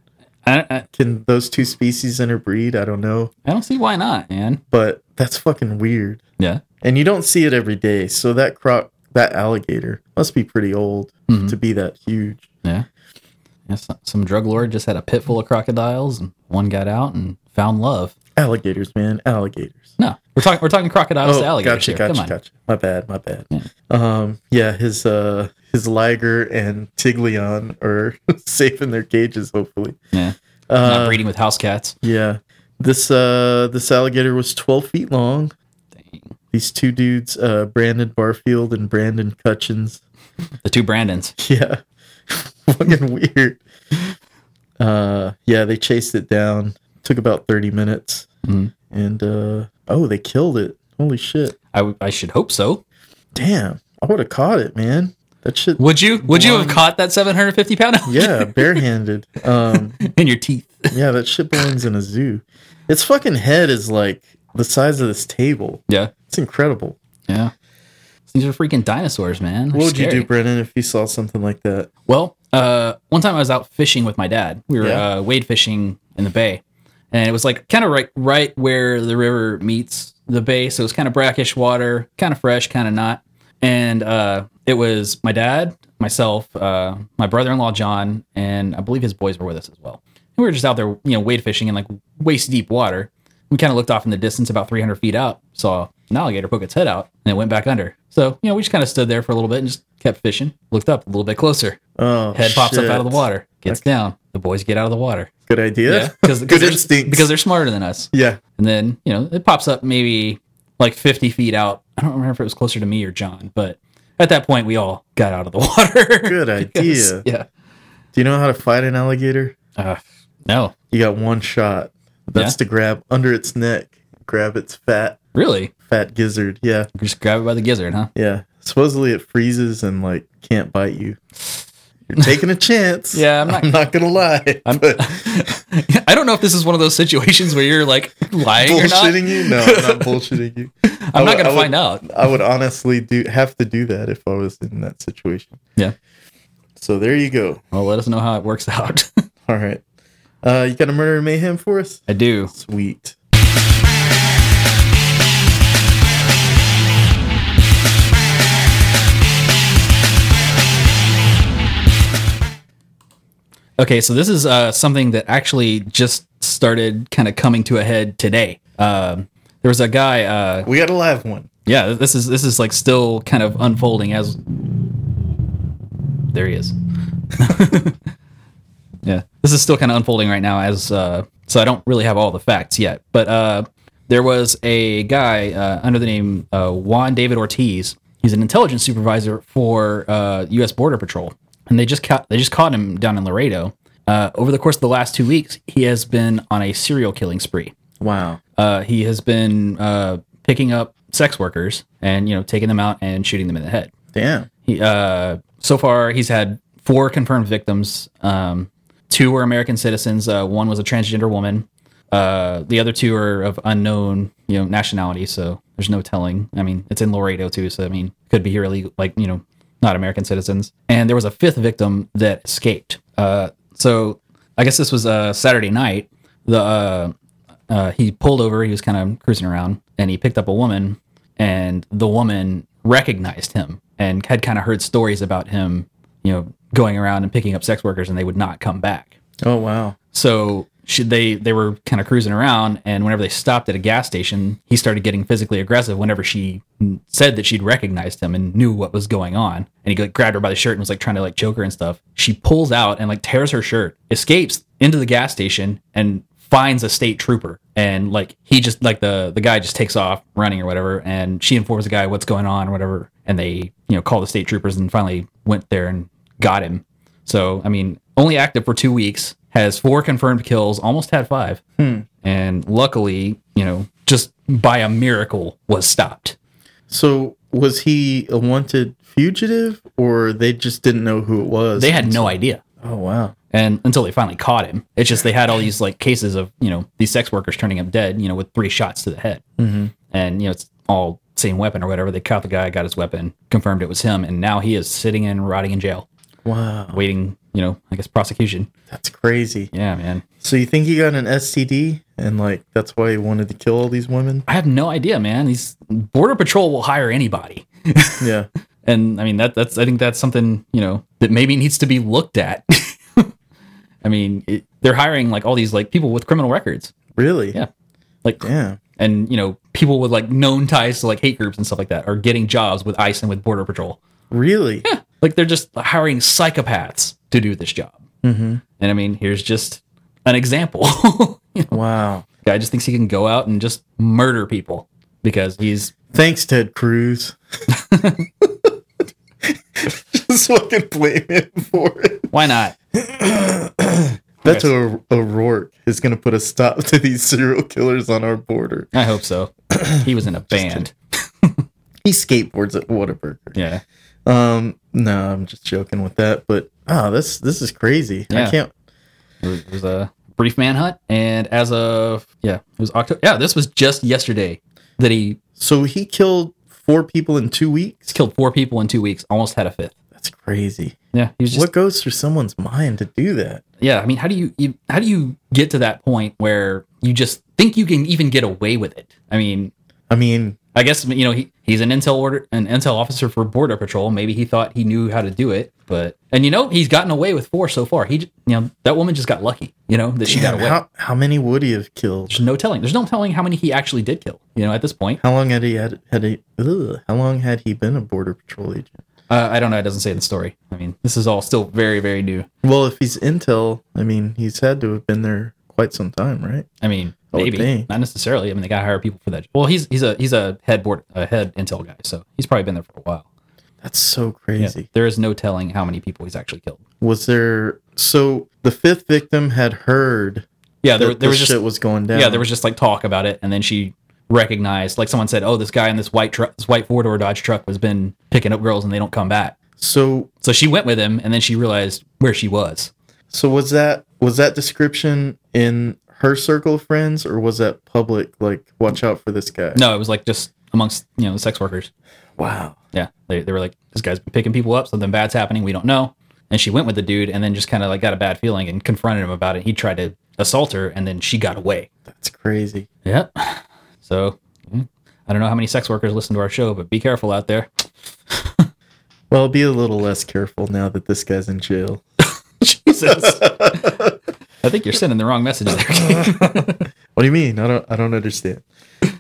I, I, can those two species interbreed? I don't know, I don't see why not, man. but that's fucking weird. Yeah. And you don't see it every day. So that croc that alligator must be pretty old Mhm. to be that huge. Yeah. yeah some, some drug lord just had a pit full of crocodiles, and one got out and found love. Alligators, man, alligators. No, we're talking we're talking crocodiles to alligators Oh, gotcha, here. gotcha, Come on. gotcha. My bad, my bad. Yeah. Um, yeah, his uh, his Liger and Tiglion are safe in their cages, hopefully. Yeah. Not Uh, breeding with house cats. yeah, this uh, this alligator was twelve feet long. These two dudes, uh, Brandon Barfield and Brandon Cutchins. The two Brandons. Yeah, fucking weird. Uh, yeah, they chased it down. Took about thirty minutes, Mhm. and uh, oh, they killed it. Holy shit! I, w- I should hope so. Damn, I would have caught it, man. That shit. Would you? Would you have One- caught that 750 pound Yeah, barehanded. Um, in your teeth? yeah, that shit belongs in a zoo. Its fucking head is like the size of this table. Yeah. It's incredible. Yeah. These are freaking dinosaurs, man. They're What would you scary. do, Brennan, if you saw something like that? Well, uh, one time I was out fishing with my dad. We were Yeah. uh, wade fishing in the bay, and it was like kind of right right where the river meets the bay, so it was kind of brackish water, kind of fresh, kind of not. And uh, it was my dad, myself, uh, my brother-in-law John, and I believe his boys were with us as well. And we were just out there, you know, wade fishing in like waist deep water. We kind of looked off in the distance, about 300 feet out, saw an alligator poke its head out, and it went back under. So, you know, we just kind of stood there for a little bit and just kept fishing. Looked up a little bit closer, Oh, Head pops up out of the shit. water, gets down. The boys get out of the water. Good idea. because good they're, instincts. because they're smarter than us. yeah, And then you know it pops up maybe like fifty feet out. I don't remember if it was closer to me or John, but at that point we all got out of the water. good Because- idea. Yeah. Do you know how to fight an alligator? Uh, no, You got one shot. That's Yeah. to grab under its neck, grab its fat really, fat gizzard. Yeah, just grab it by the gizzard, huh? yeah. Supposedly it freezes and like can't bite you. You're taking a chance. Yeah, I'm not. I'm not gonna lie. I'm, but I don't know if this is one of those situations where you're like lying or not. bullshitting you? No, I'm not bullshitting you. I'm not would- going to would- find out. I would honestly do have to do that if I was in that situation. Yeah. So there you go. Well, let us know how it works out. All right. Uh, you got a murder and mayhem for us? I do. Sweet. Okay, so this is uh, something that actually just started kind of coming to a head today. Um, there was a guy. Uh, We got a live one. yeah, this is this is like still kind of unfolding as. There he is. yeah, this is still kind of unfolding right now. As uh, so, I don't really have all the facts yet, but uh, there was a guy uh, under the name uh, Juan David Ortiz. He's an intelligence supervisor for uh, U.S. Border Patrol, and they just ca- they just caught him down in Laredo. Uh, over the course of the last two weeks, he has been on a serial killing spree. Wow. Uh, he has been uh, picking up sex workers and you know taking them out and shooting them in the head. Damn. He, uh, so far, he's had four confirmed victims. Um, two were American citizens. Uh, one was a transgender woman. Uh, the other two are of unknown, you know, nationality. So there's no telling. I mean, it's in Laredo too. So I mean, could be here illegal, like you know, not American citizens. And there was a fifth victim that escaped. Uh, so I guess this was uh, Saturday night. The uh, uh, he pulled over. He was kind of cruising around, and he picked up a woman, and the woman recognized him and had kind of heard stories about him, you know, going around and picking up sex workers, and they would not come back. Oh wow. So she, they they were kind of cruising around, and whenever they stopped at a gas station, he started getting physically aggressive. Whenever she said that she'd recognized him and knew what was going on, and he like grabbed her by the shirt and was like trying to like choke her and stuff. She pulls out and like tears her shirt, escapes into the gas station, and finds a state trooper. And like he just like the the guy just takes off running or whatever, and she informs the guy what's going on or whatever, and they you know call the state troopers and finally went there and got him. So, I mean, only active for two weeks, has four confirmed kills, almost had five. And luckily, you know, just by a miracle was stopped. So was he a wanted fugitive, or they just didn't know who it was? They had no idea. Oh wow. And until they finally caught him, it's just they had all these like cases of, you know, these sex workers turning him dead, you know, with three shots to the head. Mm-hmm. and you know it's all same weapon or whatever. They caught the guy, got his weapon, confirmed it was him, and now he is sitting and rotting in jail, Wow, waiting. You know, I guess prosecution. that's crazy. Yeah, man. So you think he got an STD, and like that's why he wanted to kill all these women? I have no idea, man. These border patrol will hire anybody, Yeah. and I mean that that's I think that's something you know that maybe needs to be looked at. I mean, it, they're hiring like all these like people with criminal records, Really? Yeah. like Yeah. and you know people with like known ties to like hate groups and stuff like that are getting jobs with ICE and with border patrol. Really? Like they're just hiring psychopaths to do this job. Mm-hmm. And I mean, here's just an example. You know, Wow. Guy just thinks he can go out and just murder people because he's Thanks, Ted Cruz. just fucking blame him for it. why not? That's o- O'Rourke is going to put a stop to these serial killers on our border. I hope so. He was in a band. He skateboards at Whataburger. Yeah. Um, no, I'm just joking with that. But oh, this this is crazy. Yeah. I can't. It was, it was a brief manhunt. And as of, yeah, it was October. Yeah, this was just yesterday that he So he killed four people in two weeks. killed four people in two weeks, almost had a fifth. That's crazy. Yeah. He was just, what goes through someone's mind to do that? yeah. I mean, how do you, you, how do you get to that point where you just think you can even get away with it? I mean, I mean, I guess you know he, he's an intel order an intel officer for border patrol. Maybe he thought he knew how to do it, but and you know he's gotten away with four so far. He j- you know that woman just got lucky. You know that she got damn, away. how how many would he have killed? There's no telling. There's no telling how many he actually did kill. You know at this point, How long had he had had he? Ugh, how long had he been a border patrol agent? uh, I don't know. It doesn't say in the story. I mean, this is all still very very new. Well, if he's intel, I mean, he's had to have been there quite some time, right? I mean, I would maybe think. not necessarily. I mean, they got to hire people for that. Well, he's he's a he's a head board a head intel guy, so he's probably been there for a while. That's so Yeah, crazy. there is no telling how many people he's actually killed. Was there? So the fifth victim had heard that Yeah, there, there this was just shit was going down. Yeah, there was just like talk about it, and then she recognized, like someone said, "Oh, this guy in this white truck, this white four door Dodge truck, has been picking up girls, and they don't come back." So So she went with him, and then she realized where she was. so was that was that description in her circle of friends or was that public? Like, watch out for this guy. No, it was like just amongst you know the sex workers. Wow. Yeah, they, they were like, "This guy's been picking people up. Something bad's happening. We don't know." And she went with the dude, and then just kind of like got a bad feeling and confronted him about it. He tried to assault her, and then she got away. That's crazy. Yep. So mm, I don't know how many sex workers listen to our show, but be careful out there. Well, be a little less careful now that this guy's in jail. Jesus. I think you're sending the wrong message there. What do you mean? I don't I don't understand.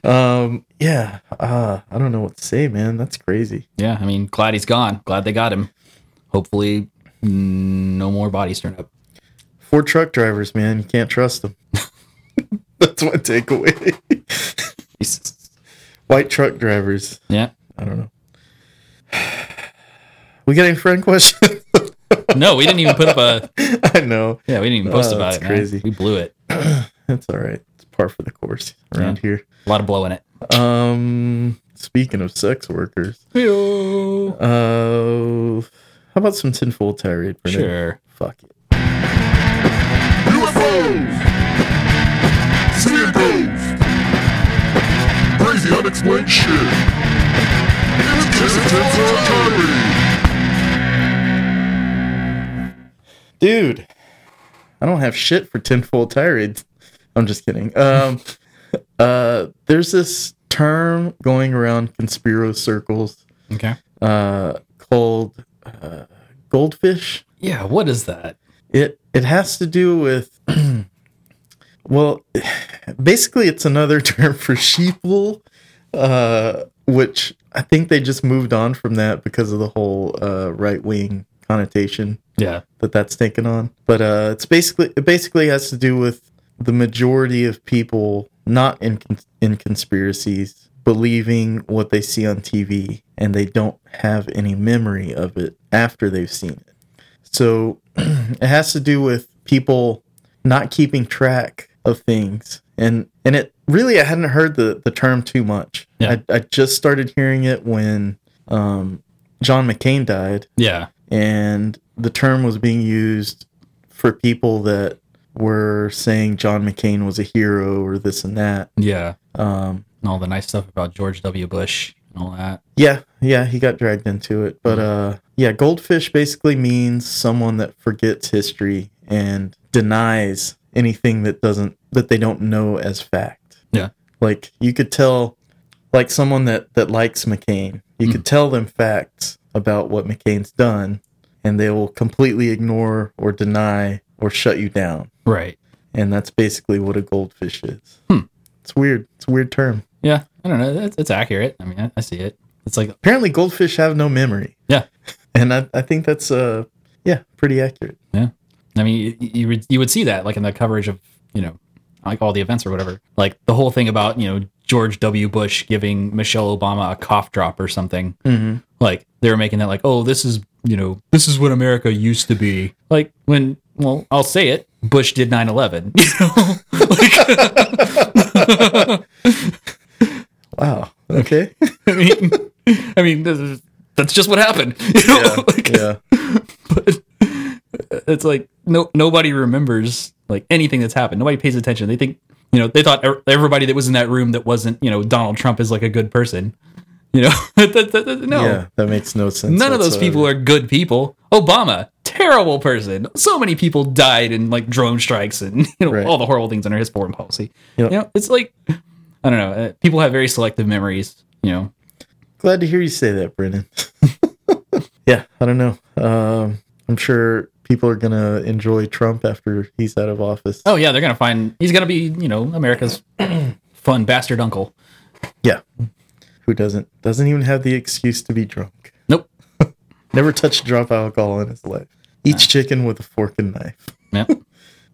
Um yeah, uh I don't know what to say, man. That's crazy. yeah, I mean, glad he's gone. Glad they got him. Hopefully, mm, no more bodies turn up. Four truck drivers, man. You can't trust them. That's my takeaway. Jesus. White truck drivers. Yeah. I don't know. We got any friend questions? No, we didn't even put up a. I know. Yeah, we didn't even post Oh, about it. that's crazy. Crazy. We blew it. That's all right. It's par for the course around A lot of blowing it. here. Um speaking of sex workers. Uh how about some tinfoil tirade for Sure. Fuck it. UFOs! CNOs! Crazy unexplained shit! It's just a temporary tirade. Dude, I don't have shit for tenfold tirades. I'm just kidding. Um, uh, there's this term going around conspiro circles Okay. uh, called uh, goldfish. Yeah, what is that? It it has to do with well, basically it's another term for sheeple, uh, which I think they just moved on from that because of the whole uh, right wing connotation Yeah. that that's taken on. But uh, it's basically it basically has to do with the majority of people not in con- in conspiracies believing what they see on TV and they don't have any memory of it after they've seen it. So it has to do with people not keeping track of things and and it really I hadn't heard the the term too much Yeah. I, I just started hearing it when um, John McCain died, Yeah. and the term was being used for people that were saying John McCain was a hero or this and that. Yeah. Um, And all the nice stuff about George W. Bush and all that. yeah, yeah, he got dragged into it, but Mm-hmm. uh, yeah, goldfish basically means someone that forgets history and denies anything that doesn't that they don't know as fact. Yeah. like you could tell, like someone that that likes McCain, you Mm. could tell them facts about what McCain's done, and they will completely ignore or deny or shut you down. Right. And that's basically what a goldfish is. Hmm. It's weird. It's a weird term. Yeah. I don't know. That's, that's accurate. I mean, I, I see it. It's like, apparently goldfish have no memory Yeah. and i, I think that's uh yeah pretty accurate I mean, you, you would you would see that like in the coverage of you know like all the events or whatever. Like the whole thing about you know George W. Bush giving Michelle Obama a cough drop or something. mm-hmm. Like they were making that like, oh, this is you know this is what America used to be. Like when well, I'll say it. Bush did 9-11. You know, like, wow okay I mean, I mean, this is- that's just what happened. You know? Like, yeah but it's like no nobody remembers like anything that's happened. Nobody pays attention. They think you know they thought ev- everybody that was in that room that wasn't you know Donald Trump is like a good person. You know, That- that- that- no, yeah that makes no sense none of those people are good people. Obama, terrible person. So many people died in like drone strikes and you know Right. all the horrible things under his foreign policy. Yep. You know, it's like I don't know. Uh, people have very selective memories. You know, glad to hear you say that brennan yeah i don't know um i'm sure people are gonna enjoy trump after he's out of office oh yeah, they're gonna find he's gonna be you know America's fun bastard uncle. yeah who doesn't doesn't even have the excuse to be drunk Nope. never touched a drop of alcohol in his life eats chicken with a fork and knife Yeah.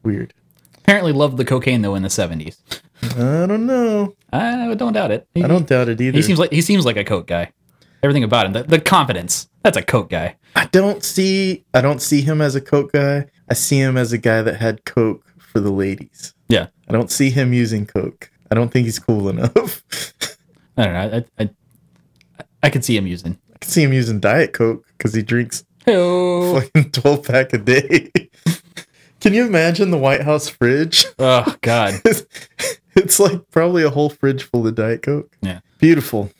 weird Apparently loved the cocaine though in the seventies. i don't know I don't doubt it. He, i don't doubt it either he seems like he seems like a coke guy. Everything about him, the, the confidence. That's a coke guy. I don't see I don't see him as a coke guy. I see him as a guy that had coke for the ladies. Yeah. I don't see him using coke. I don't think he's cool enough. I don't know. I I, I, I could see him using. I can see him using diet coke because he drinks Oh, fucking twelve pack a day. Can you imagine the White House fridge? oh God. it's like probably a whole fridge full of diet coke. Yeah. Beautiful.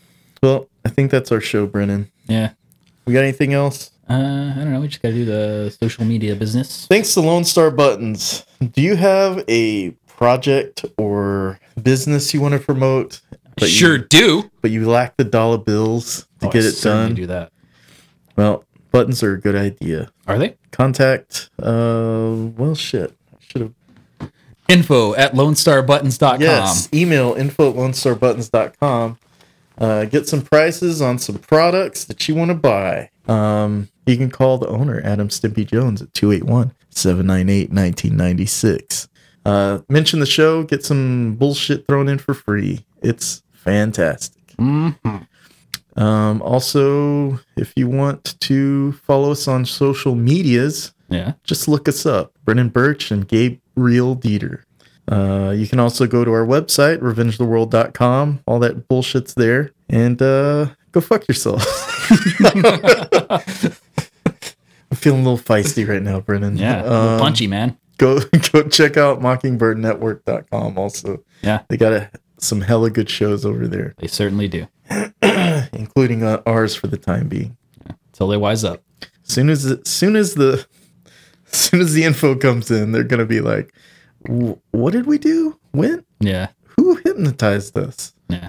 Well, I think that's our show, Brennan. Yeah. We got anything else? Uh, I don't know. We just gotta do the social media business. Thanks to Lone Star Buttons. Do you have a project or business you want to promote? But You, do. but you lack the dollar bills to Oh, I get it certainly done. Do that. Well, buttons are a good idea. Are they? Contact, uh, well, shit. I should have. Info at lonestarbuttons.com. Yes. Email info at lonestarbuttons.com. Uh, get some prices on some products that you want to buy. Um, you can call the owner, Adam Stimpy Jones, at 281 798 1996. Uh, mention the show, get some bullshit thrown in for free. It's fantastic. Mhm. Um, also, if you want to follow us on social medias, Yeah. just look us up Brennan Birch and Gabriel Dieter. Uh, you can also go to our website, revengetheworld.com. All that bullshit's there. And uh, go fuck yourself. I'm feeling a little feisty right now, Brennan. Yeah. Um, punchy man. Go, go check out mockingbirdnetwork.com also. Yeah. They got a, some hella good shows over there, They certainly do. including uh, ours for the time being. Till they wise up. soon as soon as the soon as the info comes in, they're gonna be like, "Wh- "What did we do? When? Yeah. Who hypnotized us?" Yeah.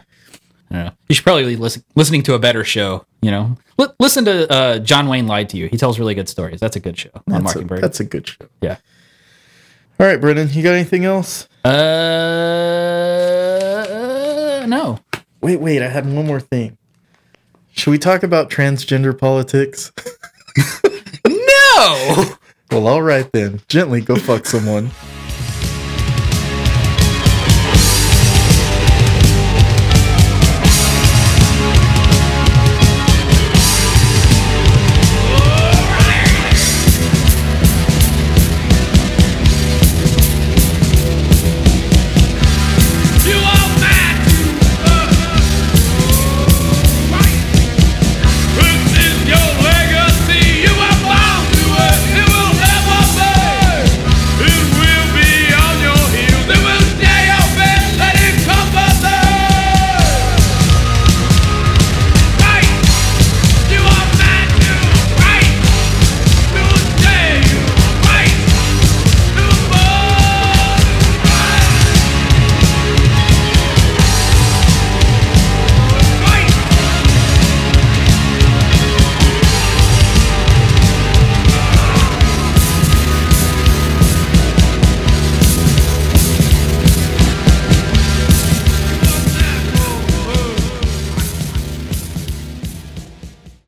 I don't know. You should probably listen listening to a better show. You know, L- listen to uh, John Wayne lied to you. He tells really good stories. That's a good show on That's a, Mockingbird. that's a good show. Yeah. All right, Brennan, you got anything else? Uh, no. Wait, wait, I had one more thing. Should we talk about transgender politics? No. well, all right then. Gently go fuck someone.